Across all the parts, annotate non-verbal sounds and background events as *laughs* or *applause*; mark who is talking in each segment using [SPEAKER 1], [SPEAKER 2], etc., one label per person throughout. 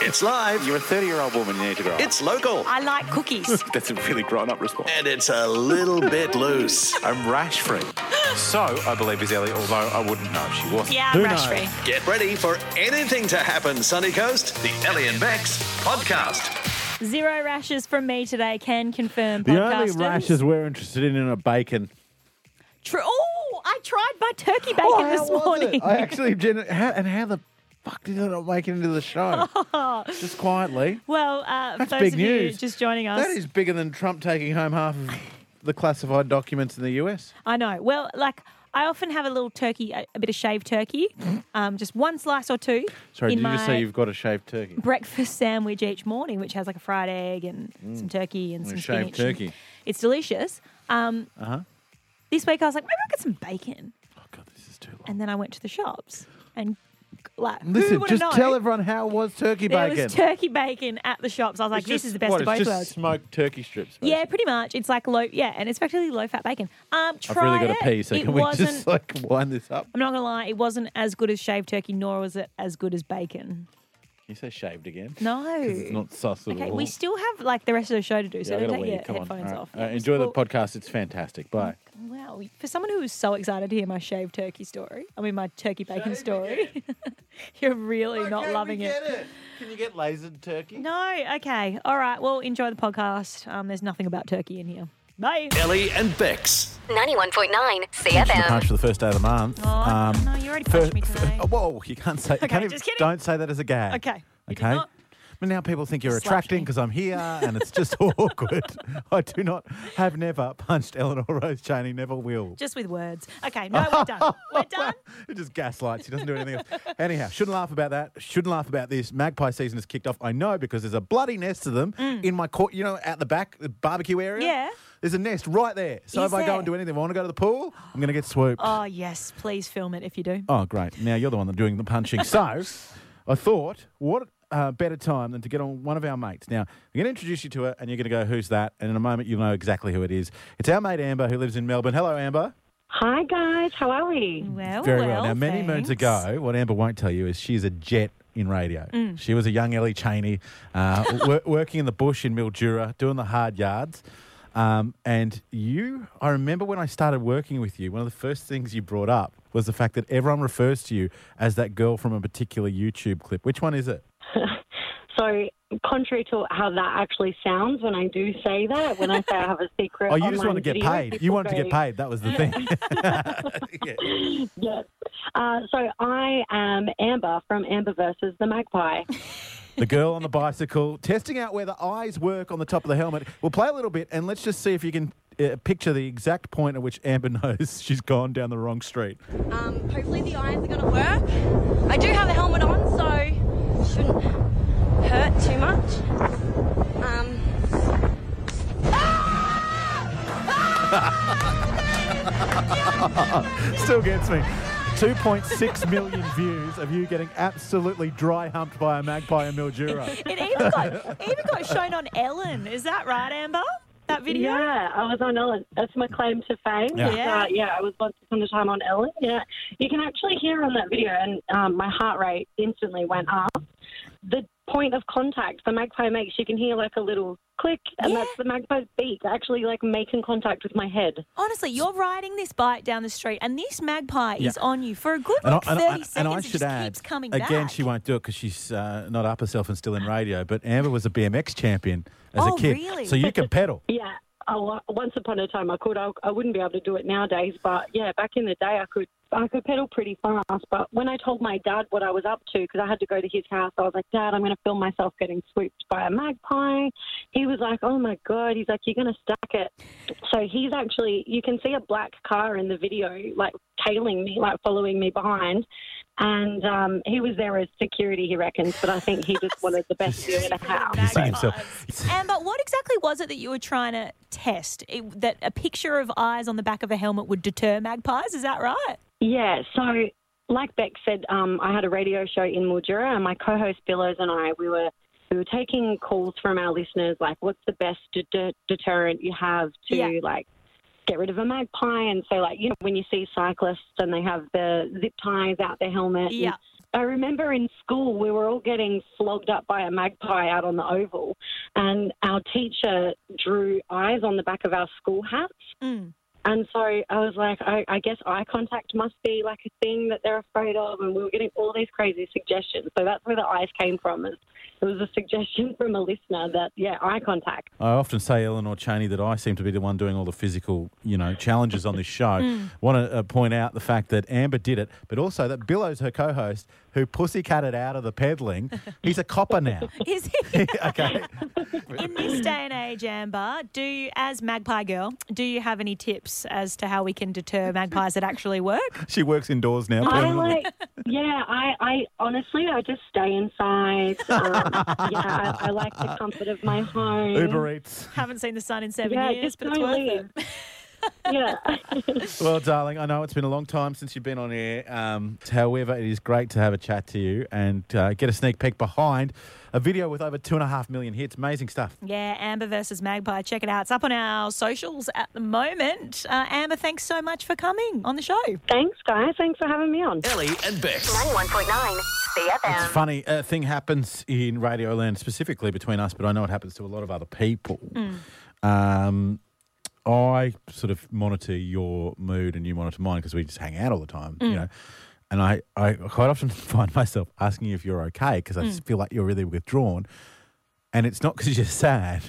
[SPEAKER 1] It's live.
[SPEAKER 2] You're a 30 year old woman, you need to grow up.
[SPEAKER 1] It's local.
[SPEAKER 3] I like cookies.
[SPEAKER 2] That's a really grown up response.
[SPEAKER 1] And it's a little bit loose.
[SPEAKER 2] I'm rash
[SPEAKER 4] *gasps*
[SPEAKER 2] free. So, I believe is Ellie, although I wouldn't know if she wasn't.
[SPEAKER 3] Yeah,
[SPEAKER 4] Who
[SPEAKER 3] rash
[SPEAKER 4] knows?
[SPEAKER 3] free.
[SPEAKER 1] Get ready for anything to happen, Sunny Coast. The Ellie and Bex podcast.
[SPEAKER 3] Zero rashes from me today. Can confirm.
[SPEAKER 4] The only
[SPEAKER 3] podcasters.
[SPEAKER 4] rashes we're interested in are bacon.
[SPEAKER 3] Tr- oh, I tried my turkey
[SPEAKER 4] Oh,
[SPEAKER 3] bacon this morning.
[SPEAKER 4] I actually didn't. How, and how the fuck did I not make it into the
[SPEAKER 3] *laughs*
[SPEAKER 4] show? Just quietly.
[SPEAKER 3] *laughs* Well, uh,
[SPEAKER 4] That's
[SPEAKER 3] those
[SPEAKER 4] big
[SPEAKER 3] of
[SPEAKER 4] news.
[SPEAKER 3] you just joining us,
[SPEAKER 4] That is bigger than Trump taking home half of the classified documents in the US.
[SPEAKER 3] I know. Well, like I often have a little turkey, a, a bit of shaved turkey, um, just one slice or two.
[SPEAKER 4] Sorry,
[SPEAKER 3] in
[SPEAKER 4] did you just
[SPEAKER 3] my
[SPEAKER 4] say you've got a shaved turkey?
[SPEAKER 3] breakfast sandwich each morning, which has like a fried egg and some turkey and some
[SPEAKER 4] Mm. shaved
[SPEAKER 3] spinach.
[SPEAKER 4] turkey.
[SPEAKER 3] It's delicious. Um,
[SPEAKER 4] Uh-huh.
[SPEAKER 3] This week I was like, maybe I'll get some bacon,
[SPEAKER 4] Oh, God, this is too long.
[SPEAKER 3] and then I went to the shops and like, who
[SPEAKER 4] Listen,
[SPEAKER 3] would've
[SPEAKER 4] just
[SPEAKER 3] known?
[SPEAKER 4] tell everyone how was turkey
[SPEAKER 3] There
[SPEAKER 4] bacon.
[SPEAKER 3] was turkey bacon at the shops. I was like,
[SPEAKER 4] It's
[SPEAKER 3] this
[SPEAKER 4] just-
[SPEAKER 3] is the best
[SPEAKER 4] what,
[SPEAKER 3] of both
[SPEAKER 4] it's just
[SPEAKER 3] worlds.
[SPEAKER 4] smoked turkey strips.
[SPEAKER 3] Yeah, pretty much. It's like low, yeah, and it's actually low fat bacon. Um,
[SPEAKER 4] basically.
[SPEAKER 3] tried
[SPEAKER 4] I've really got to
[SPEAKER 3] it.
[SPEAKER 4] pee, so
[SPEAKER 3] it
[SPEAKER 4] can we
[SPEAKER 3] wasn't,
[SPEAKER 4] just like wind this up?
[SPEAKER 3] I'm not gonna lie, it wasn't as good as shaved turkey, nor was it as good as bacon.
[SPEAKER 4] You say shaved again?
[SPEAKER 3] No,
[SPEAKER 4] It's not sus at
[SPEAKER 3] okay,
[SPEAKER 4] all.
[SPEAKER 3] we still have like the rest of the show to do, so
[SPEAKER 4] Yeah, I
[SPEAKER 3] don't
[SPEAKER 4] gotta
[SPEAKER 3] take
[SPEAKER 4] wee.
[SPEAKER 3] your
[SPEAKER 4] Come on.
[SPEAKER 3] headphones
[SPEAKER 4] All right.
[SPEAKER 3] off.
[SPEAKER 4] All right,
[SPEAKER 3] Yeah,
[SPEAKER 4] Enjoy the
[SPEAKER 3] well,
[SPEAKER 4] podcast. It's fantastic. Bye.
[SPEAKER 3] Wow, for someone who was so excited to hear my shaved turkey story, I mean my turkey bacon story, *laughs* you're really not loving it.
[SPEAKER 4] Can you get lasered turkey?
[SPEAKER 3] No, okay, all right. Well, enjoy the podcast. Um, there's nothing about turkey in here. Bye.
[SPEAKER 1] Ellie and Bex.
[SPEAKER 5] 91.9
[SPEAKER 4] The
[SPEAKER 5] CFM.
[SPEAKER 4] punch for the first day of the month.
[SPEAKER 3] Oh, no, you already punched me today.
[SPEAKER 4] Um, oh, *laughs* whoa, you can't say.
[SPEAKER 3] Okay,
[SPEAKER 4] can't even-
[SPEAKER 3] just kidding.
[SPEAKER 4] Don't say that as a gag.
[SPEAKER 3] Okay, you did
[SPEAKER 4] Okay.
[SPEAKER 3] not.
[SPEAKER 4] But now people think you're
[SPEAKER 3] Slapped
[SPEAKER 4] attracting
[SPEAKER 3] me.
[SPEAKER 4] because I'm here, and it's just *laughs* awkward. I do not have never punched Eleanor Rose Cheney. Never will.
[SPEAKER 3] Just with words. Okay, no, we're
[SPEAKER 4] *laughs*
[SPEAKER 3] done. We're done.
[SPEAKER 4] It just gaslights. He doesn't do anything else. *laughs* Anyhow, shouldn't laugh about that. Shouldn't laugh about this. Magpie season has kicked off. I know because there's a bloody nest of them in my court. You know, out the back, the barbecue area.
[SPEAKER 3] Mm. Yeah.
[SPEAKER 4] There's a nest right there. So
[SPEAKER 3] Is
[SPEAKER 4] if I go
[SPEAKER 3] there?
[SPEAKER 4] and do anything, if I want to go to the pool, I'm going to get swooped.
[SPEAKER 3] Oh yes, please film it if you do.
[SPEAKER 4] oh, great. Now you're the one that's doing the punching.
[SPEAKER 3] *laughs*
[SPEAKER 4] so I thought, what uh, better time than to get on one of our mates? Now, I'm going to introduce you to her, and you're going to go, who's that? And in a moment, you'll know exactly who it is. It's our mate, Amber, who lives in Melbourne. Hello, Amber.
[SPEAKER 6] Hi guys, how are we?
[SPEAKER 3] Oh, Well,
[SPEAKER 4] Very well. Now, many
[SPEAKER 3] thanks.
[SPEAKER 4] moons ago, what Amber won't tell you is she's a jet in radio. She was a young Ellie Cheney, uh, wor- working in the bush in Mildura, doing the hard yards. Um, and you, I remember when I started working with you, one of the first things you brought up was the fact that everyone refers to you as that girl from a particular YouTube clip. Which one is it?
[SPEAKER 6] So, contrary to how that actually sounds when I do say that, when I say I have a secret,
[SPEAKER 4] Oh, you just
[SPEAKER 6] online
[SPEAKER 4] want to get
[SPEAKER 6] video,
[SPEAKER 4] paid. You
[SPEAKER 6] people
[SPEAKER 4] wanted to
[SPEAKER 6] go,
[SPEAKER 4] get paid. That was the
[SPEAKER 6] *laughs*
[SPEAKER 4] thing. Yeah.
[SPEAKER 6] Yes. Uh, so I am Amber from Amber versus the Magpie.
[SPEAKER 4] The girl on the bicycle, testing out where the eyes work on the top of the helmet. We'll play a little bit and let's just see if you can uh, picture the exact point at which Amber *laughs* knows she's gone down the wrong street.
[SPEAKER 7] Um, hopefully the irons are going to work. I do have a helmet on, so shouldn't hurt too much. Um,
[SPEAKER 4] Still gets me. 2.6 million views of you getting absolutely dry humped by a magpie in
[SPEAKER 3] *laughs*
[SPEAKER 4] Mildura.
[SPEAKER 3] It even got even got shown on Ellen. Is that right, Amber? That video.
[SPEAKER 6] Yeah, I was on Ellen. That's my claim to fame.
[SPEAKER 4] Yeah.
[SPEAKER 6] is that, yeah I was once upon a time on Ellen. Yeah, you can actually hear on that video, and um, my heart rate instantly went up. The point of contact the magpie makes, you can hear like a little click, and
[SPEAKER 3] Yeah.
[SPEAKER 6] that's the magpie's beak actually like making contact with my head.
[SPEAKER 3] Honestly, you're riding this bike down the street, and this magpie is
[SPEAKER 4] Yeah.
[SPEAKER 3] on you for a good
[SPEAKER 4] And I,
[SPEAKER 3] like,
[SPEAKER 4] and, I-
[SPEAKER 3] thirty
[SPEAKER 4] and
[SPEAKER 3] seconds.
[SPEAKER 4] I
[SPEAKER 3] it
[SPEAKER 4] should
[SPEAKER 3] just
[SPEAKER 4] add,
[SPEAKER 3] keeps coming back.
[SPEAKER 4] again, she won't do it because she's uh, not up herself and still in radio. But Amber was a BMX champion as
[SPEAKER 3] Oh,
[SPEAKER 4] a kid,
[SPEAKER 3] really?
[SPEAKER 4] so you can pedal.
[SPEAKER 6] Yeah. Oh, once upon a time I could. I, I wouldn't be able to do it nowadays, but yeah, back in the day I could. I could pedal pretty fast. But when I told my dad what I was up to, because I had to go to his house, I was like, Dad, I'm going to film myself getting swooped by a magpie. He was like, Oh my god. He's like, You're going to stack it. So he's actually. You can see a black car in the video, like tailing me, like following me behind. And um, he was there as security, he reckons. But I think he just wanted the best view in the house.
[SPEAKER 4] He's singing
[SPEAKER 3] Magpies.
[SPEAKER 4] himself.
[SPEAKER 3] Amber, what exactly was it that you were trying to test? It, that a picture of eyes on the back of a helmet would deter magpies? Is that right?
[SPEAKER 6] Yeah, so like Beck said, um, I had a radio show in Mildura, and my co-host Billows and I, we were we were taking calls from our listeners, like, what's the best de- de- deterrent you have to
[SPEAKER 3] Yeah.
[SPEAKER 6] like get rid of a magpie? And so, like, you know, when you see cyclists and they have the zip ties out their helmet, and
[SPEAKER 3] Yeah.
[SPEAKER 6] I remember in school we were all getting flogged up by a magpie out on the oval, and our teacher drew eyes on the back of our school hats.
[SPEAKER 3] Mm.
[SPEAKER 6] And so I was like, I, I guess eye contact must be like a thing that they're afraid of. And we were getting all these crazy suggestions. So that's where the eyes came from. Is it was a suggestion from a listener that, yeah, eye contact.
[SPEAKER 4] I often say, Eleanor Cheney, that I seem to be the one doing all the physical, you know, challenges on this show.
[SPEAKER 6] Mm.
[SPEAKER 4] Want to uh, point out the fact that Amber did it, but also that Billow's her co-host, who pussycatted out of the peddling. He's a copper now. *laughs*
[SPEAKER 3] Is he?
[SPEAKER 4] okay.
[SPEAKER 3] In this day and age, Amber, do you, as Magpie Girl, do you have any tips as to how we
[SPEAKER 4] *laughs*
[SPEAKER 3] can deter magpies that actually work?
[SPEAKER 4] She works indoors now.
[SPEAKER 6] I
[SPEAKER 4] permanently.
[SPEAKER 6] like, yeah, I, I honestly, I just stay
[SPEAKER 4] *laughs*
[SPEAKER 6] inside. Um, yeah, I, I like the comfort of my home.
[SPEAKER 4] Uber Eats.
[SPEAKER 3] Haven't seen the sun in seven
[SPEAKER 6] Yeah,
[SPEAKER 3] years,
[SPEAKER 6] just
[SPEAKER 3] but it's
[SPEAKER 6] don't
[SPEAKER 3] worth
[SPEAKER 6] leave.
[SPEAKER 3] it.
[SPEAKER 6] *laughs* Yeah.
[SPEAKER 4] Well, darling, I know it's been a long time since you've been on air. Um, however, it is great to have a chat to you and uh, get a sneak peek behind a video with over two and a half million hits. Amazing stuff.
[SPEAKER 3] Yeah, Amber versus Magpie. Check it out. It's up on our socials at the moment. Uh, Amber, thanks so much for coming on the show.
[SPEAKER 6] Thanks, guys. Thanks for having me on.
[SPEAKER 1] Ellie and Bex.
[SPEAKER 5] 91.9
[SPEAKER 4] It's a
[SPEAKER 5] CFM.
[SPEAKER 4] funny uh, thing happens in Radio Land, specifically between us, but I know it happens to a lot of other people. Um, I sort of monitor your mood and you monitor mine because we just hang out all the time, you know. And I, I quite often *laughs* find myself asking you if you're okay because I just feel like you're really withdrawn. And it's not because you're sad,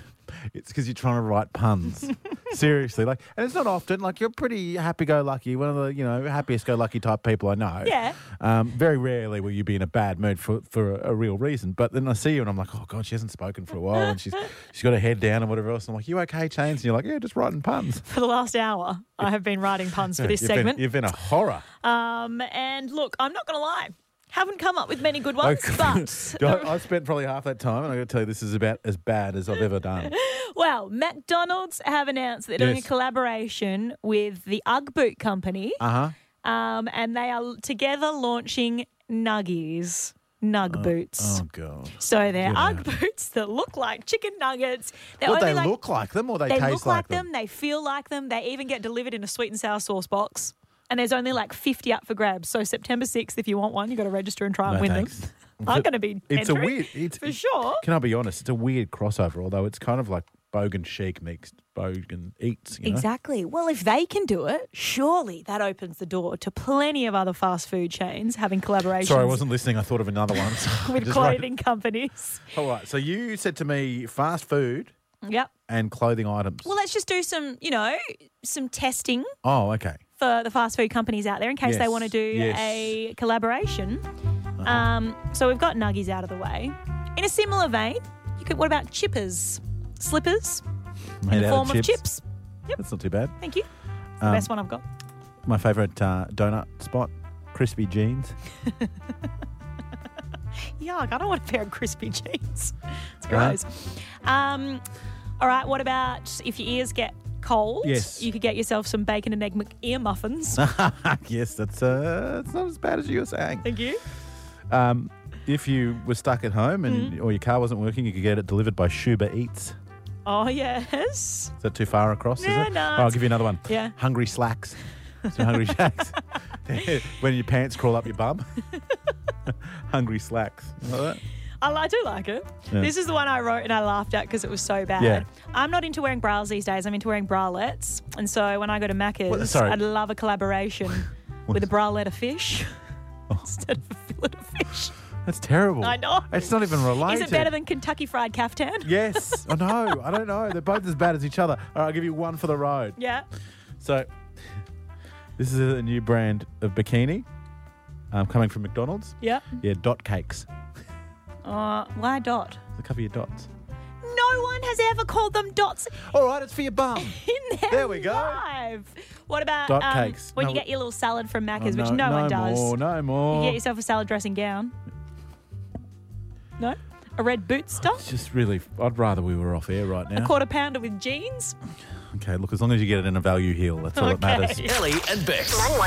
[SPEAKER 4] it's because you're trying to write
[SPEAKER 3] *laughs*
[SPEAKER 4] puns. Seriously, like, and it's not often. Like, you're pretty happy-go-lucky, one of the you know happiest-go-lucky type people I know.
[SPEAKER 3] Yeah.
[SPEAKER 4] Um, very rarely will you be in a bad mood for for a, a real reason. But then I see you and I'm like, oh god, she hasn't spoken for a while, and
[SPEAKER 3] *laughs*
[SPEAKER 4] she's she's got her head down and whatever else. And I'm like, you okay, Chains? And you're like, yeah, just writing puns.
[SPEAKER 3] For the last hour, I have been writing
[SPEAKER 4] *laughs*
[SPEAKER 3] puns for this
[SPEAKER 4] You've been-
[SPEAKER 3] segment.
[SPEAKER 4] you've been a
[SPEAKER 3] *laughs*
[SPEAKER 4] horror.
[SPEAKER 3] Um, and look, I'm not going to lie, haven't come up with many
[SPEAKER 4] *laughs* Oh,
[SPEAKER 3] good ones, Oh, but
[SPEAKER 4] I, I spent probably half that time, and I got to tell you, this is about as bad as I've ever
[SPEAKER 3] *laughs*
[SPEAKER 4] done.
[SPEAKER 3] Well, McDonald's have announced they're doing
[SPEAKER 4] Yes.
[SPEAKER 3] a collaboration with the Ugg Boot Company,
[SPEAKER 4] Uh huh.
[SPEAKER 3] um, and they are together launching Nuggies, Nug Boots.
[SPEAKER 4] Oh god.
[SPEAKER 3] So they're
[SPEAKER 4] get
[SPEAKER 3] Ugg boots that look like chicken nuggets. They're
[SPEAKER 4] What
[SPEAKER 3] only
[SPEAKER 4] they
[SPEAKER 3] like-
[SPEAKER 4] look like them, or they,
[SPEAKER 3] They
[SPEAKER 4] taste
[SPEAKER 3] look like them. They feel like them. They even get delivered in a sweet and sour sauce box. And there's only like 50 up for grabs. So September 6th, if you want one, you've got to register and try and
[SPEAKER 4] No,
[SPEAKER 3] win
[SPEAKER 4] thanks.
[SPEAKER 3] them. *laughs* I'm going to be.
[SPEAKER 4] It's a
[SPEAKER 3] entering,
[SPEAKER 4] weird. It's
[SPEAKER 3] for
[SPEAKER 4] *laughs*
[SPEAKER 3] sure.
[SPEAKER 4] Can I be honest? It's a weird crossover, although it's kind of like bogan chic mixed bogan eats. You know?
[SPEAKER 3] Exactly. Well, if they can do it, surely that opens the door to plenty of other fast food chains having collaborations
[SPEAKER 4] Sorry, I wasn't listening. I thought of another one. *laughs* so I
[SPEAKER 3] with
[SPEAKER 4] just wrote it.
[SPEAKER 3] clothing companies.
[SPEAKER 4] All right. So you said to me, fast food
[SPEAKER 3] Yep.
[SPEAKER 4] and clothing items.
[SPEAKER 3] Well, let's just do some, you know, some testing
[SPEAKER 4] oh, okay.
[SPEAKER 3] for the fast food companies out there in case they
[SPEAKER 4] Yes,
[SPEAKER 3] want to do
[SPEAKER 4] yes. Uh-huh.
[SPEAKER 3] a collaboration. Um, so we've got Nuggies out of the way. In a similar vein, you could, what about chippers? Slippers
[SPEAKER 4] Made
[SPEAKER 3] in the
[SPEAKER 4] out
[SPEAKER 3] form of chips.
[SPEAKER 4] That's not too bad.
[SPEAKER 3] Thank you. It's the
[SPEAKER 4] Um,
[SPEAKER 3] best one I've got.
[SPEAKER 4] My favourite uh, donut spot, crispy
[SPEAKER 3] *laughs*
[SPEAKER 4] jeans.
[SPEAKER 3] Yuck, I don't want a pair of crispy *laughs* jeans. It's
[SPEAKER 4] Right.
[SPEAKER 3] gross. Um, all right, what about if your ears get cold?
[SPEAKER 4] Yes.
[SPEAKER 3] You could get yourself some bacon and egg Mc-
[SPEAKER 4] *laughs*
[SPEAKER 3] ear muffins.
[SPEAKER 4] yes, that's uh, it's not as bad as you were saying.
[SPEAKER 3] Thank you.
[SPEAKER 4] Um, if you were stuck at home and
[SPEAKER 3] Mm-hmm.
[SPEAKER 4] or your car wasn't working, you could get it delivered by Shuba Eats.
[SPEAKER 3] Oh, yes.
[SPEAKER 4] Is that too far across?
[SPEAKER 3] No,
[SPEAKER 4] is it?
[SPEAKER 3] no,
[SPEAKER 4] All right, I'll
[SPEAKER 3] it's-
[SPEAKER 4] give you another one.
[SPEAKER 3] Yeah.
[SPEAKER 4] Hungry slacks.
[SPEAKER 3] *laughs*
[SPEAKER 4] Some hungry shacks. *laughs* when your pants crawl up your bum. *laughs* hungry slacks. You know that?
[SPEAKER 3] I, I do like it.
[SPEAKER 4] Yeah.
[SPEAKER 3] This is the one I wrote and I laughed at because it was so bad.
[SPEAKER 4] Yeah.
[SPEAKER 3] I'm not into wearing bras these days. I'm into wearing bralettes. And so when I go to Macca's,
[SPEAKER 4] What- sorry.
[SPEAKER 3] I'd love
[SPEAKER 4] *laughs*
[SPEAKER 3] a collaboration with a bralette of fish
[SPEAKER 4] Oh.
[SPEAKER 3] instead of a fillet of fish.
[SPEAKER 4] That's terrible.
[SPEAKER 3] I know.
[SPEAKER 4] It's not even related.
[SPEAKER 3] Is it better than Kentucky Fried Caftan?
[SPEAKER 4] Yes. I know. I don't know. They're both as bad as each other. All right, I'll give you one for the road.
[SPEAKER 3] Yeah.
[SPEAKER 4] So, this is a new brand of bikini um, coming from McDonald's.
[SPEAKER 3] Yeah.
[SPEAKER 4] Yeah, dot cakes.
[SPEAKER 3] Uh, why dot?
[SPEAKER 4] A couple of your dots.
[SPEAKER 3] No one has ever called them dots
[SPEAKER 4] All right, it's for your
[SPEAKER 3] *laughs*
[SPEAKER 4] bum.
[SPEAKER 3] in their
[SPEAKER 4] There we go.
[SPEAKER 3] life. What about
[SPEAKER 4] Dot
[SPEAKER 3] um,
[SPEAKER 4] cakes.
[SPEAKER 3] when
[SPEAKER 4] No,
[SPEAKER 3] you
[SPEAKER 4] we-
[SPEAKER 3] get your little salad from
[SPEAKER 4] Oh,
[SPEAKER 3] Macca's, which no, one does?
[SPEAKER 4] More, no
[SPEAKER 3] You
[SPEAKER 4] more.
[SPEAKER 3] get yourself a salad dressing gown. No? A red boot
[SPEAKER 4] It's
[SPEAKER 3] stuff?
[SPEAKER 4] just really, I'd rather we were off air right
[SPEAKER 3] A
[SPEAKER 4] now.
[SPEAKER 3] quarter pounder with jeans?
[SPEAKER 4] Okay, look, as long as you get it in a value heel, that's all that matters.
[SPEAKER 1] Ellie and Bex.
[SPEAKER 5] 91.9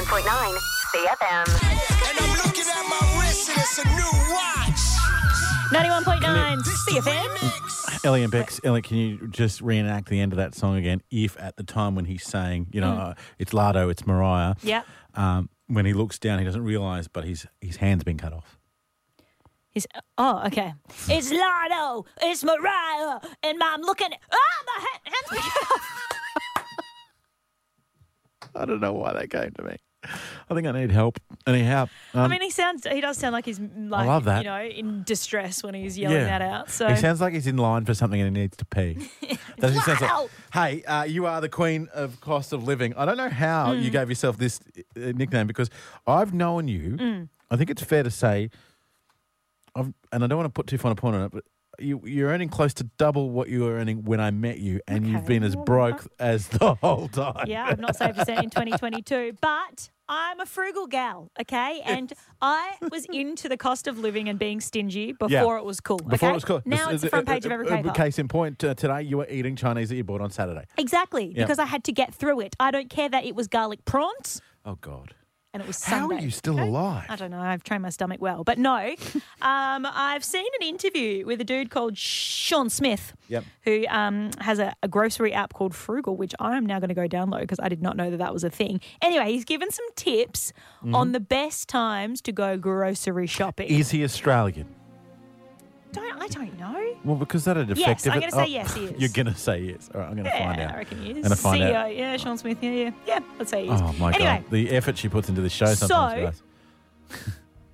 [SPEAKER 5] CFM.
[SPEAKER 8] And I'm looking at my wrist and it's a new watch.
[SPEAKER 3] 91.9 CFM.
[SPEAKER 4] Ellie and Bex, Ellie, can you just reenact the end of that song again? If at the time when he's saying, you know, uh, it's Lardo, it's Mariah.
[SPEAKER 3] Yep.
[SPEAKER 4] Um, when he looks down, he doesn't realise, but his his hand's been cut off.
[SPEAKER 3] He's oh okay. It's Lotto, it's Mariah, and Mom looking. Oh, my head, hands
[SPEAKER 4] I don't know why that came to me. I think I need help. I need help. Um,
[SPEAKER 3] I mean, he sounds. He does sound like he's like
[SPEAKER 4] love that.
[SPEAKER 3] you know in distress when he's yelling that out. So
[SPEAKER 4] He sounds like he's in line for something and he needs to
[SPEAKER 3] *laughs*
[SPEAKER 4] pee. That's what he sounds
[SPEAKER 3] Wow.
[SPEAKER 4] like. Hey, uh, you are the queen of cost of living. I don't know how
[SPEAKER 3] Mm.
[SPEAKER 4] you gave yourself this uh, nickname because I've known you.
[SPEAKER 3] Mm.
[SPEAKER 4] I think it's fair to say, I've, and I don't want to put too fine a point on it, but you, you're earning close to double what you were earning when I met you, and you've
[SPEAKER 3] Okay.
[SPEAKER 4] been as broke as the *laughs* whole time.
[SPEAKER 3] yeah, I've not saved a cent in 2022, but I'm a frugal gal, okay? And I was into the cost of living and being stingy before it was cool.
[SPEAKER 4] Before
[SPEAKER 3] okay?
[SPEAKER 4] it was cool.
[SPEAKER 3] Now it's, the front page of every
[SPEAKER 4] uh, uh,
[SPEAKER 3] paper.
[SPEAKER 4] Case in point, uh, today you were eating Chinese that you bought on Saturday.
[SPEAKER 3] Exactly,
[SPEAKER 4] Yeah.
[SPEAKER 3] because I had to get through it. I don't care that it was garlic prawns
[SPEAKER 4] Oh, God.
[SPEAKER 3] and it was
[SPEAKER 4] How
[SPEAKER 3] Sunday.
[SPEAKER 4] are you still alive?
[SPEAKER 3] I don't know. I've trained my stomach well, but no.
[SPEAKER 4] *laughs*
[SPEAKER 3] um, I've seen an interview with a dude called Sean Smith,
[SPEAKER 4] Yep.
[SPEAKER 3] who um, has a, a grocery app called Frugal, which I am now going to go download because I did not know that that was a thing. Anyway, he's given some tips on the best times to go grocery shopping.
[SPEAKER 4] Mm-hmm. Is he Australian?
[SPEAKER 3] don't I don't know.
[SPEAKER 4] Well, because that'd affect.
[SPEAKER 3] Yes, I'm
[SPEAKER 4] if it- oh,
[SPEAKER 3] gonna say yes,
[SPEAKER 4] *laughs*
[SPEAKER 3] he is.
[SPEAKER 4] You're gonna say yes. All right, I'm gonna
[SPEAKER 3] Yeah,
[SPEAKER 4] find out.
[SPEAKER 3] I reckon he
[SPEAKER 4] I'm
[SPEAKER 3] is.
[SPEAKER 4] gonna find
[SPEAKER 3] CEO,
[SPEAKER 4] out.
[SPEAKER 3] yeah, Sean Smith, yeah, yeah, yeah. Let's say he is.
[SPEAKER 4] Oh my
[SPEAKER 3] anyway,
[SPEAKER 4] god, the effort she puts into this show
[SPEAKER 3] So-
[SPEAKER 4] sometimes. guys.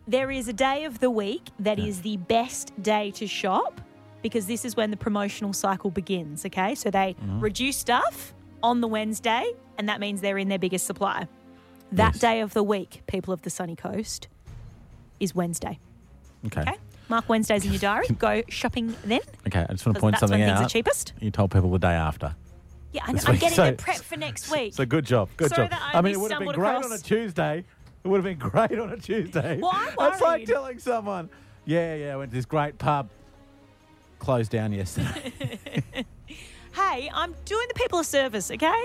[SPEAKER 3] There is a day of the week that is the best day to shop because this is when the promotional cycle begins, okay? So they
[SPEAKER 4] Mm-hmm.
[SPEAKER 3] reduce stuff on the Wednesday, and that means they're in their biggest supply. That
[SPEAKER 4] Yes.
[SPEAKER 3] day of the week, people of the sunny coast, is Wednesday,
[SPEAKER 4] Okay.
[SPEAKER 3] okay? Mark Wednesdays in
[SPEAKER 4] *laughs*
[SPEAKER 3] your diary. Go shopping then.
[SPEAKER 4] Okay, I just want to
[SPEAKER 3] 'Cause
[SPEAKER 4] point
[SPEAKER 3] that's when
[SPEAKER 4] something
[SPEAKER 3] things
[SPEAKER 4] out.
[SPEAKER 3] are cheapest.
[SPEAKER 4] You told people the day after.
[SPEAKER 3] Yeah, I know,
[SPEAKER 4] This
[SPEAKER 3] I'm
[SPEAKER 4] week.
[SPEAKER 3] getting
[SPEAKER 4] So-
[SPEAKER 3] their prep for next week.
[SPEAKER 4] So good job. Good
[SPEAKER 3] Sorry
[SPEAKER 4] job.
[SPEAKER 3] that I
[SPEAKER 4] mean, it
[SPEAKER 3] only
[SPEAKER 4] would have been
[SPEAKER 3] stumbled
[SPEAKER 4] great on a
[SPEAKER 3] across-
[SPEAKER 4] Tuesday. It would have been great on a Tuesday.
[SPEAKER 3] Well, I'm
[SPEAKER 4] That's like
[SPEAKER 3] worried.
[SPEAKER 4] telling someone, yeah, yeah, I went to this great pub, closed down
[SPEAKER 3] *laughs*
[SPEAKER 4] yesterday.
[SPEAKER 3] hey, I'm doing the people a service, okay?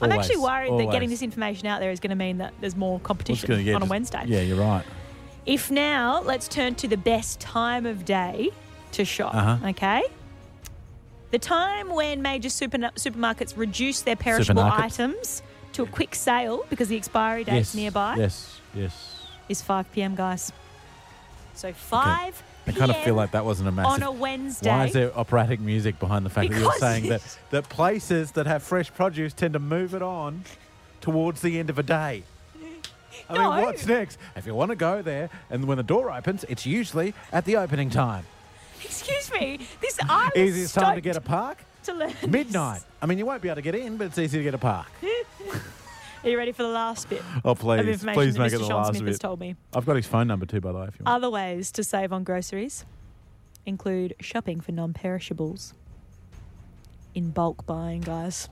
[SPEAKER 3] I'm actually
[SPEAKER 4] Always,
[SPEAKER 3] worried that getting
[SPEAKER 4] always.
[SPEAKER 3] this information out there is going to mean that there's more
[SPEAKER 4] Just
[SPEAKER 3] competition
[SPEAKER 4] gonna get-
[SPEAKER 3] on a
[SPEAKER 4] just-
[SPEAKER 3] Wednesday.
[SPEAKER 4] Yeah, you're right.
[SPEAKER 3] If now, let's turn to the best time of day to shop,
[SPEAKER 4] Uh-huh.
[SPEAKER 3] okay? The time when major super, supermarkets reduce their perishable
[SPEAKER 4] Supermarket.
[SPEAKER 3] items to a quick sale because the expiry
[SPEAKER 4] yes.
[SPEAKER 3] date's nearby
[SPEAKER 4] Yes. Yes.
[SPEAKER 3] is 5 p.m., guys. So 5
[SPEAKER 4] I
[SPEAKER 3] p.m.
[SPEAKER 4] kind of feel like that wasn't a
[SPEAKER 3] on
[SPEAKER 4] massive.
[SPEAKER 3] a Wednesday.
[SPEAKER 4] Why is there operatic music behind the fact
[SPEAKER 3] Because
[SPEAKER 4] that you're saying
[SPEAKER 3] it's-
[SPEAKER 4] that, that places that have fresh produce tend to move it on towards the end of a day? I
[SPEAKER 3] No.
[SPEAKER 4] mean, what's next? If you want to go there, and when the door opens, it's usually at the opening time.
[SPEAKER 3] *laughs* Excuse me. This I was
[SPEAKER 4] Easiest time to get a
[SPEAKER 3] stoked
[SPEAKER 4] park?
[SPEAKER 3] to learn this.
[SPEAKER 4] Midnight. I mean, you won't be able to get in, but it's easy to get a park.
[SPEAKER 3] Are you ready for the last bit
[SPEAKER 4] Oh,
[SPEAKER 3] of
[SPEAKER 4] please.
[SPEAKER 3] information
[SPEAKER 4] Please
[SPEAKER 3] that
[SPEAKER 4] make
[SPEAKER 3] Mr.
[SPEAKER 4] it the
[SPEAKER 3] Sean
[SPEAKER 4] last
[SPEAKER 3] Smith has
[SPEAKER 4] bit.
[SPEAKER 3] told me?
[SPEAKER 4] I've got his phone number too, by the way, if you want.
[SPEAKER 3] Other ways to save on groceries include shopping for non perishables in bulk buying, guys.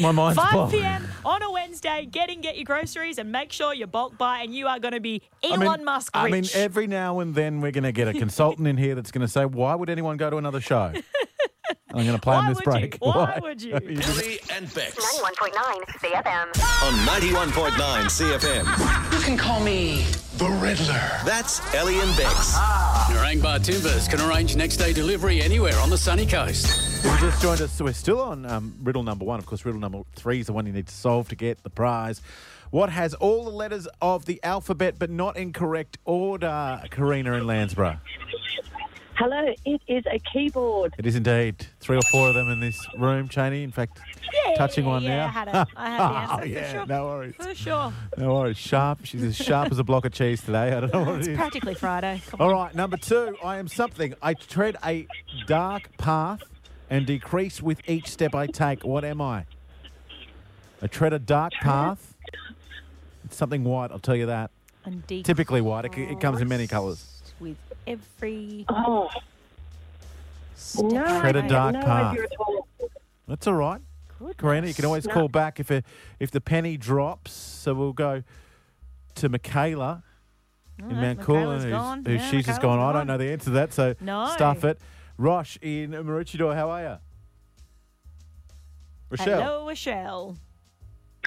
[SPEAKER 4] My mind's
[SPEAKER 3] 5
[SPEAKER 4] blown.
[SPEAKER 3] p.m. on a Wednesday, get in, get your groceries, and make sure you bulk buy, and you are going to be
[SPEAKER 4] I
[SPEAKER 3] Elon
[SPEAKER 4] mean-
[SPEAKER 3] Musk
[SPEAKER 4] I mean,
[SPEAKER 3] rich.
[SPEAKER 4] every now and then we're going to
[SPEAKER 3] *laughs*
[SPEAKER 4] get a consultant in here that's going to say, "Why would anyone go to another show?" And I'm going to play
[SPEAKER 3] Why
[SPEAKER 4] him this
[SPEAKER 3] would
[SPEAKER 4] break.
[SPEAKER 3] you? Why would
[SPEAKER 4] *laughs*
[SPEAKER 3] you?
[SPEAKER 1] Ellie and Bex
[SPEAKER 5] 91.9 CFM.
[SPEAKER 1] on 91.9 CFM.
[SPEAKER 9] You can call me.
[SPEAKER 1] That's Ellie and Bex.
[SPEAKER 9] Narangba Timbers can arrange next day delivery anywhere on the sunny coast.
[SPEAKER 4] If you just joined us, so we're still on um, riddle number one. Of course, riddle number three is the one you need to solve to get the prize. What has all the letters of the alphabet but not in correct order? Karina in Landsborough.
[SPEAKER 6] Hello, it is a keyboard.
[SPEAKER 4] It is indeed three or four of them in this room, Cheney. In fact, touching one
[SPEAKER 3] yeah,
[SPEAKER 4] now.
[SPEAKER 3] I had it. I had the answer
[SPEAKER 4] *laughs* oh
[SPEAKER 3] for
[SPEAKER 4] yeah,
[SPEAKER 3] sure.
[SPEAKER 4] no worries,
[SPEAKER 3] For sure.
[SPEAKER 4] no worries. Sharp. She's as sharp as a block of cheese today. I don't know *laughs* what
[SPEAKER 3] *laughs*
[SPEAKER 4] it is. *laughs*
[SPEAKER 3] Practically Friday. Come on.
[SPEAKER 4] All right, number two, I am something. I tread a dark path and decrease with each step I take. What am I? I tread a dark path. It's something white, I'll tell you that.
[SPEAKER 3] And decrease
[SPEAKER 4] Typically white, it, c- it comes in many colours.
[SPEAKER 3] With every
[SPEAKER 6] Oh,
[SPEAKER 3] step.
[SPEAKER 6] no,
[SPEAKER 3] I
[SPEAKER 4] Tread a
[SPEAKER 3] make.
[SPEAKER 4] dark
[SPEAKER 6] no
[SPEAKER 4] path.
[SPEAKER 6] idea at all.
[SPEAKER 4] That's all right. Karina, you can always call back if a, if the penny drops. So we'll go to Michaela in Mount Coolin,
[SPEAKER 3] Michaela's
[SPEAKER 4] who's,
[SPEAKER 3] gone.
[SPEAKER 4] who
[SPEAKER 3] Yeah,
[SPEAKER 4] she's just
[SPEAKER 3] Michaela's
[SPEAKER 4] gone, I
[SPEAKER 3] gone."
[SPEAKER 4] don't know the answer to that, so
[SPEAKER 3] No.
[SPEAKER 4] stuff it. Rosh in Maroochydore, how are you? Rochelle.
[SPEAKER 3] Hello, Rochelle.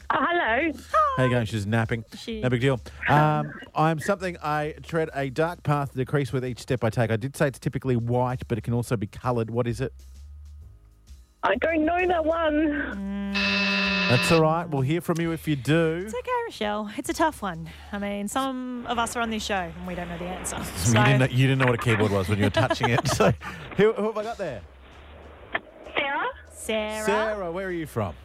[SPEAKER 6] Oh, hello.
[SPEAKER 4] How you going? She's napping.
[SPEAKER 3] She-
[SPEAKER 4] No big
[SPEAKER 3] *coughs*
[SPEAKER 4] deal. Um, I'm something I tread a dark path to decrease with each step I take. I did say it's typically white, but it can also be coloured. What is it?
[SPEAKER 6] I don't know that one.
[SPEAKER 4] That's all right. We'll hear from you if you do.
[SPEAKER 3] It's okay, Rochelle, it's a tough one. I mean, some of us are on this show and we don't know
[SPEAKER 4] *laughs*
[SPEAKER 3] the answer.
[SPEAKER 4] You
[SPEAKER 3] So,
[SPEAKER 4] didn't, know, you didn't know what a keyboard was when you were touching it. So, who, who have I got there?
[SPEAKER 6] Sarah?
[SPEAKER 3] Sarah.
[SPEAKER 4] Sarah, where are you from?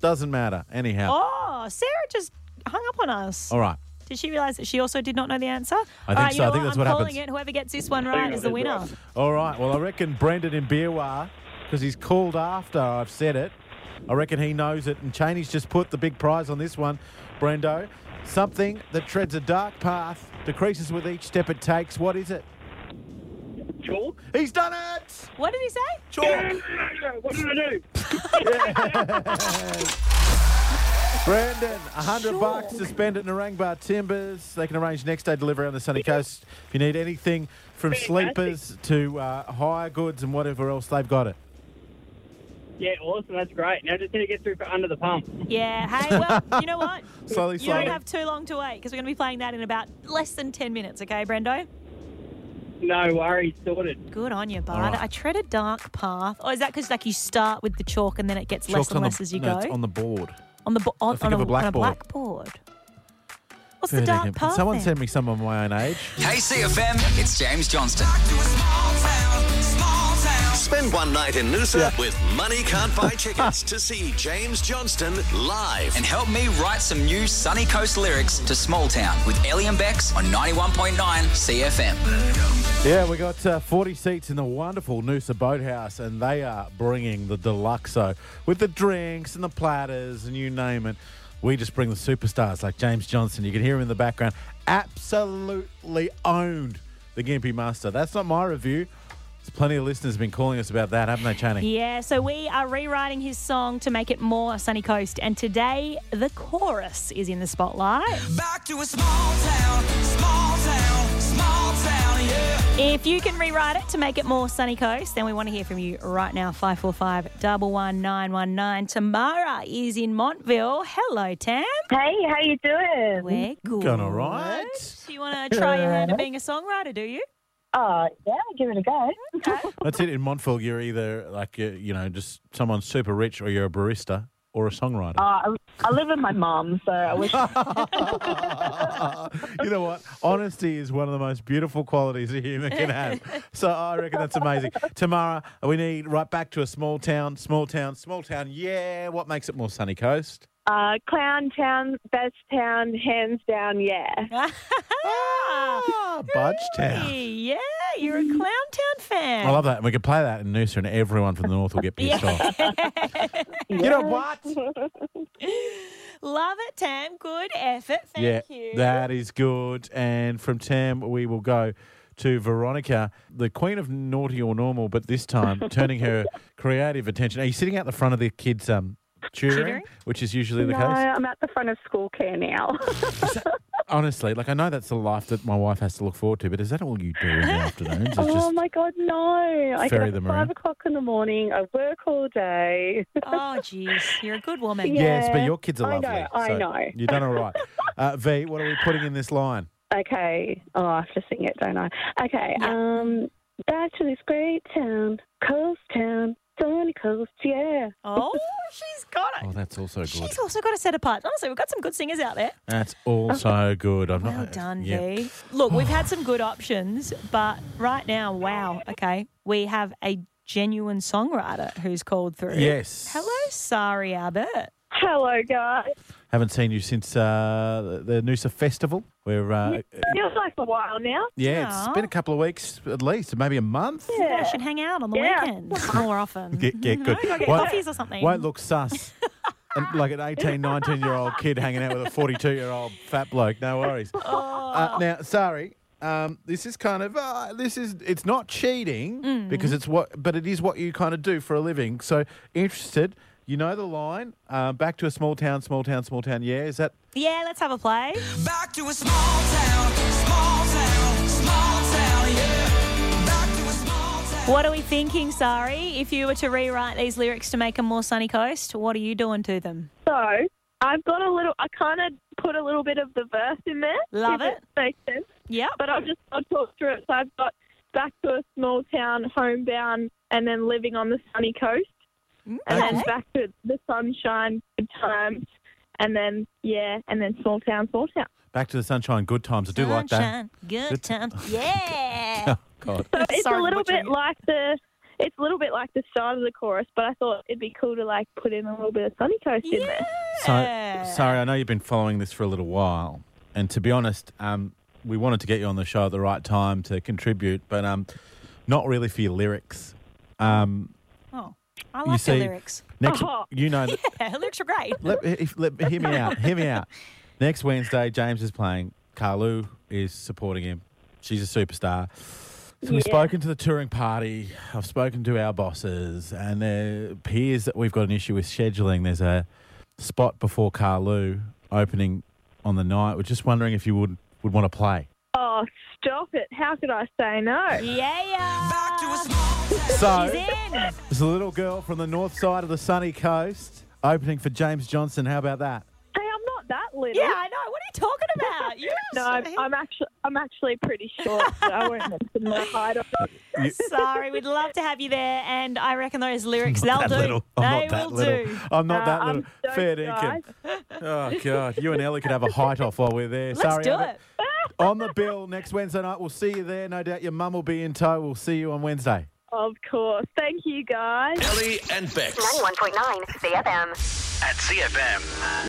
[SPEAKER 4] Doesn't matter. Anyhow.
[SPEAKER 3] Oh, Sarah just hung up on us.
[SPEAKER 4] All right.
[SPEAKER 3] Did she realize that she also did not know the answer?
[SPEAKER 4] I think
[SPEAKER 3] All right,
[SPEAKER 4] so.
[SPEAKER 3] You know
[SPEAKER 4] I think that's
[SPEAKER 3] I'm
[SPEAKER 4] what
[SPEAKER 3] calling
[SPEAKER 4] happens.
[SPEAKER 3] it. Whoever gets this one right is the winner.
[SPEAKER 4] All right. Well, I reckon Brendan in Beerwah, because he's called after I've said it, I reckon he knows it. And Cheney's just put the big prize on this one, Brendo. Something that treads a dark path, decreases with each step it takes. What is it?
[SPEAKER 10] Chalk?
[SPEAKER 4] He's done it!
[SPEAKER 3] What did he say?
[SPEAKER 4] Chalk!
[SPEAKER 10] What did I do?
[SPEAKER 4] Brandon, 100 bucks to spend at Narangbar Timbers. They can arrange next day delivery on the sunny coast. If you need anything from sleepers to uh, hire goods and whatever else, they've got it.
[SPEAKER 10] Yeah, awesome. That's great. Now just need to get through for under the pump.
[SPEAKER 3] Yeah. Hey,
[SPEAKER 4] *laughs*
[SPEAKER 3] well, you know what?
[SPEAKER 4] Slowly,
[SPEAKER 3] You don't
[SPEAKER 4] slowly.
[SPEAKER 3] have too long to wait because we're going to be playing that in about less than 10 minutes, okay, Brendo?
[SPEAKER 10] No worries, sorted.
[SPEAKER 3] Good on you, Bard.
[SPEAKER 4] right.
[SPEAKER 3] I tread a dark path. Or is that because like you start with the chalk and then it gets less
[SPEAKER 4] Chalk's
[SPEAKER 3] and
[SPEAKER 4] on
[SPEAKER 3] less
[SPEAKER 4] the,
[SPEAKER 3] as you
[SPEAKER 4] no,
[SPEAKER 3] go?
[SPEAKER 4] It's on the board.
[SPEAKER 3] on the bo- on,
[SPEAKER 4] think
[SPEAKER 3] on,
[SPEAKER 4] of
[SPEAKER 3] a,
[SPEAKER 4] a
[SPEAKER 3] on a
[SPEAKER 4] blackboard.
[SPEAKER 3] blackboard. What's the dark path?
[SPEAKER 4] Someone
[SPEAKER 3] then?
[SPEAKER 4] send me someone my own age.
[SPEAKER 11] KCFM, it's James Johnston.
[SPEAKER 1] Spend one night in Noosa with Money Can't Buy Tickets to see James Johnston live.
[SPEAKER 11] And help me write some new Sunny Coast lyrics to Small Town with Ellie and Bex on 91.9 CFM.
[SPEAKER 4] Yeah, we got uh, 40 seats in the wonderful Noosa Boathouse, and they are bringing the deluxo with the drinks and the platters and you name it. We just bring the superstars like James Johnson. You can hear him in the background. Absolutely owned the Gimpy Master. That's not my review. There's plenty of listeners been calling us about that, haven't they, Channing?
[SPEAKER 3] Yeah, so we are rewriting his song to make it more Sunny Coast, and today the chorus is in the spotlight.
[SPEAKER 8] Back to a small town, small town, small town, yeah.
[SPEAKER 3] If you can rewrite it to make it more Sunny Coast, then we want to hear from you right now. 545 11919. Tamara is in Montville. Hello, Tam.
[SPEAKER 12] Hey, how you doing?
[SPEAKER 3] We're good.
[SPEAKER 4] Going all right.
[SPEAKER 3] So you want to try your hand at being a songwriter, do you? *laughs*
[SPEAKER 12] Oh,
[SPEAKER 6] Uh,
[SPEAKER 12] yeah, give it a go.
[SPEAKER 4] That's it. In Montville, you're either like, uh, you know, just someone super rich or you're a barista or a songwriter.
[SPEAKER 12] Uh, I, I live with my mum, so I wish.
[SPEAKER 4] you know what? Honesty is one of the most beautiful qualities a human can have. So I reckon that's amazing. Tamara, we need right back to a small town, small town, small town. Yeah, what makes it more sunny coast?
[SPEAKER 12] Uh, clown town, best town, hands down. Yeah.
[SPEAKER 4] Ah, Budge Town.
[SPEAKER 3] Yeah, you're a Clown Town fan.
[SPEAKER 4] I love that. And we could play that in Noosa, and everyone from the north will get pissed off. You know what?
[SPEAKER 3] Love it, Tam. Good effort.
[SPEAKER 4] yeah,
[SPEAKER 3] Thank you.
[SPEAKER 4] that is good. And from Tam, we will go to Veronica, the queen of naughty or normal, but this time turning her creative attention. Are you sitting out the front of the kids' um, tutoring,
[SPEAKER 3] Tutoring?
[SPEAKER 4] which is usually the
[SPEAKER 12] No,
[SPEAKER 4] case?
[SPEAKER 12] I'm at the front of school care
[SPEAKER 4] *laughs*
[SPEAKER 12] now.
[SPEAKER 4] Honestly, like I know that's the life that my wife has to look forward to, but is that all you do in the afternoons? It's
[SPEAKER 12] oh
[SPEAKER 4] just
[SPEAKER 12] my god, no! I get
[SPEAKER 4] ferry
[SPEAKER 12] up at
[SPEAKER 4] them
[SPEAKER 12] five
[SPEAKER 4] around.
[SPEAKER 12] o'clock in the morning. I work all day. *laughs*
[SPEAKER 3] Oh, jeez. You're a good woman.
[SPEAKER 12] Yeah.
[SPEAKER 4] yes, but your kids are
[SPEAKER 12] I
[SPEAKER 4] lovely.
[SPEAKER 12] know, I
[SPEAKER 4] so
[SPEAKER 12] know.
[SPEAKER 4] You've done all right. Uh, v, what are we putting in this line?
[SPEAKER 12] Okay. Oh, I have to sing it, don't I? Okay. Um, back to this great town, coast town, sunny coast. Yeah.
[SPEAKER 3] Oh, she's got it.
[SPEAKER 4] Oh, that's also good.
[SPEAKER 3] She's also got a set apart. Honestly, we've got some good singers out there.
[SPEAKER 4] That's also good. I'm
[SPEAKER 3] Well
[SPEAKER 4] not
[SPEAKER 3] done,
[SPEAKER 4] yeah.
[SPEAKER 3] V. Look, we've had some good options, but right now, wow. Okay, we have a genuine songwriter who's called through.
[SPEAKER 4] Yes.
[SPEAKER 3] Hello, Sari Abbott.
[SPEAKER 12] Hello, guys.
[SPEAKER 4] Haven't seen you since uh, the the Noosa Festival. We're uh,
[SPEAKER 12] Feels like a while now.
[SPEAKER 4] yeah, it's been a couple of weeks at least, maybe a month.
[SPEAKER 3] Yeah, we should hang out on the
[SPEAKER 12] Yeah. *laughs*
[SPEAKER 3] weekends more often.
[SPEAKER 4] Get, get good.
[SPEAKER 3] Go get
[SPEAKER 4] Won't-
[SPEAKER 3] coffees or something.
[SPEAKER 4] Won't look
[SPEAKER 3] *laughs*
[SPEAKER 4] sus. And like an 18, 19 year old kid hanging out with a 42 year old fat bloke. No worries.
[SPEAKER 3] Oh.
[SPEAKER 4] Uh, now, sorry. Um, this is kind of uh, this is it's not cheating
[SPEAKER 3] Mm.
[SPEAKER 4] because it's what, but it is what you kind of do for a living. So interested, you know the line. Uh, back to a small town, small town, small town. Yeah, is that
[SPEAKER 3] Yeah, let's have a play.
[SPEAKER 8] Back to a small town, small town, small town, yeah. Back to a small town.
[SPEAKER 3] What are we thinking, Sari? If you were to rewrite these lyrics to make them more sunny coast, what are you doing to them?
[SPEAKER 12] So I've got a little. I kind of put a little bit of the verse in there.
[SPEAKER 3] Love
[SPEAKER 12] if
[SPEAKER 3] it.
[SPEAKER 12] Makes sense.
[SPEAKER 3] Yep.
[SPEAKER 12] But I'll just I'll talk through it. So I've got back to a small town, homebound, and then living on the sunny coast, and then
[SPEAKER 3] Okay.
[SPEAKER 12] back to the sunshine, good times,
[SPEAKER 6] and then yeah, and then small town, small town.
[SPEAKER 4] Back to the sunshine, good times. I do like that.
[SPEAKER 6] good
[SPEAKER 4] Good
[SPEAKER 6] town,
[SPEAKER 4] *laughs*
[SPEAKER 6] yeah.
[SPEAKER 3] *laughs*
[SPEAKER 4] Oh, God.
[SPEAKER 6] So *laughs* it's
[SPEAKER 4] Sorry
[SPEAKER 6] a
[SPEAKER 4] for
[SPEAKER 6] little
[SPEAKER 4] butchering
[SPEAKER 6] bit like the it's a little bit like the start of the chorus, but I thought it'd be cool to like put in a little bit of Sunny Coast in there.
[SPEAKER 4] So, sorry, I know you've been following this for a little while, and to be honest, um, we wanted to get you on the show at the right time to contribute, but um, not really for your lyrics. Um,
[SPEAKER 3] Oh, I
[SPEAKER 4] You
[SPEAKER 3] like the
[SPEAKER 4] see,
[SPEAKER 3] lyrics. *laughs*
[SPEAKER 4] next- you *laughs* know that-
[SPEAKER 3] yeah, lyrics are great.
[SPEAKER 4] let, if, let, hear me out. Hear me out. Next Wednesday, James is playing. Carlu is supporting him. She's a superstar. So we've
[SPEAKER 13] Yeah.
[SPEAKER 4] spoken to the touring party. I've spoken to our bosses, and there appears that we've got an issue with scheduling. There's a spot before Carlu opening on the night. We're just wondering if you would would want to play.
[SPEAKER 6] Oh, stop it! How could I say no? Yeah, yeah. Back to a
[SPEAKER 4] So-
[SPEAKER 6] small
[SPEAKER 4] She's There's a little girl from the north side of the sunny coast opening for James Johnson. How about that?
[SPEAKER 6] Hey, I'm not that little.
[SPEAKER 3] Yeah, I know. What are you talking about? You're
[SPEAKER 6] *laughs* no, I'm, I'm actually I'm actually pretty short. so I won't mention my height. or-
[SPEAKER 3] Sorry, we'd love to have you there, and I reckon those lyrics
[SPEAKER 4] Not
[SPEAKER 3] they'll
[SPEAKER 4] that
[SPEAKER 3] do.
[SPEAKER 4] little.
[SPEAKER 3] They
[SPEAKER 4] I'm not that
[SPEAKER 3] will
[SPEAKER 4] little.
[SPEAKER 3] do.
[SPEAKER 4] I'm not that little. Fair dinkum. Oh God, you and Ellie could have a height off while we're there.
[SPEAKER 3] Let's
[SPEAKER 4] Sorry,
[SPEAKER 3] do
[SPEAKER 4] Abby.
[SPEAKER 3] it.
[SPEAKER 4] on the bill next Wednesday night. We'll see you there. No doubt your mum will be in tow. We'll see you on Wednesday.
[SPEAKER 6] Of course. Thank you, guys.
[SPEAKER 5] Ellie and Bex.
[SPEAKER 8] 91.9 CFM.
[SPEAKER 5] At CFM.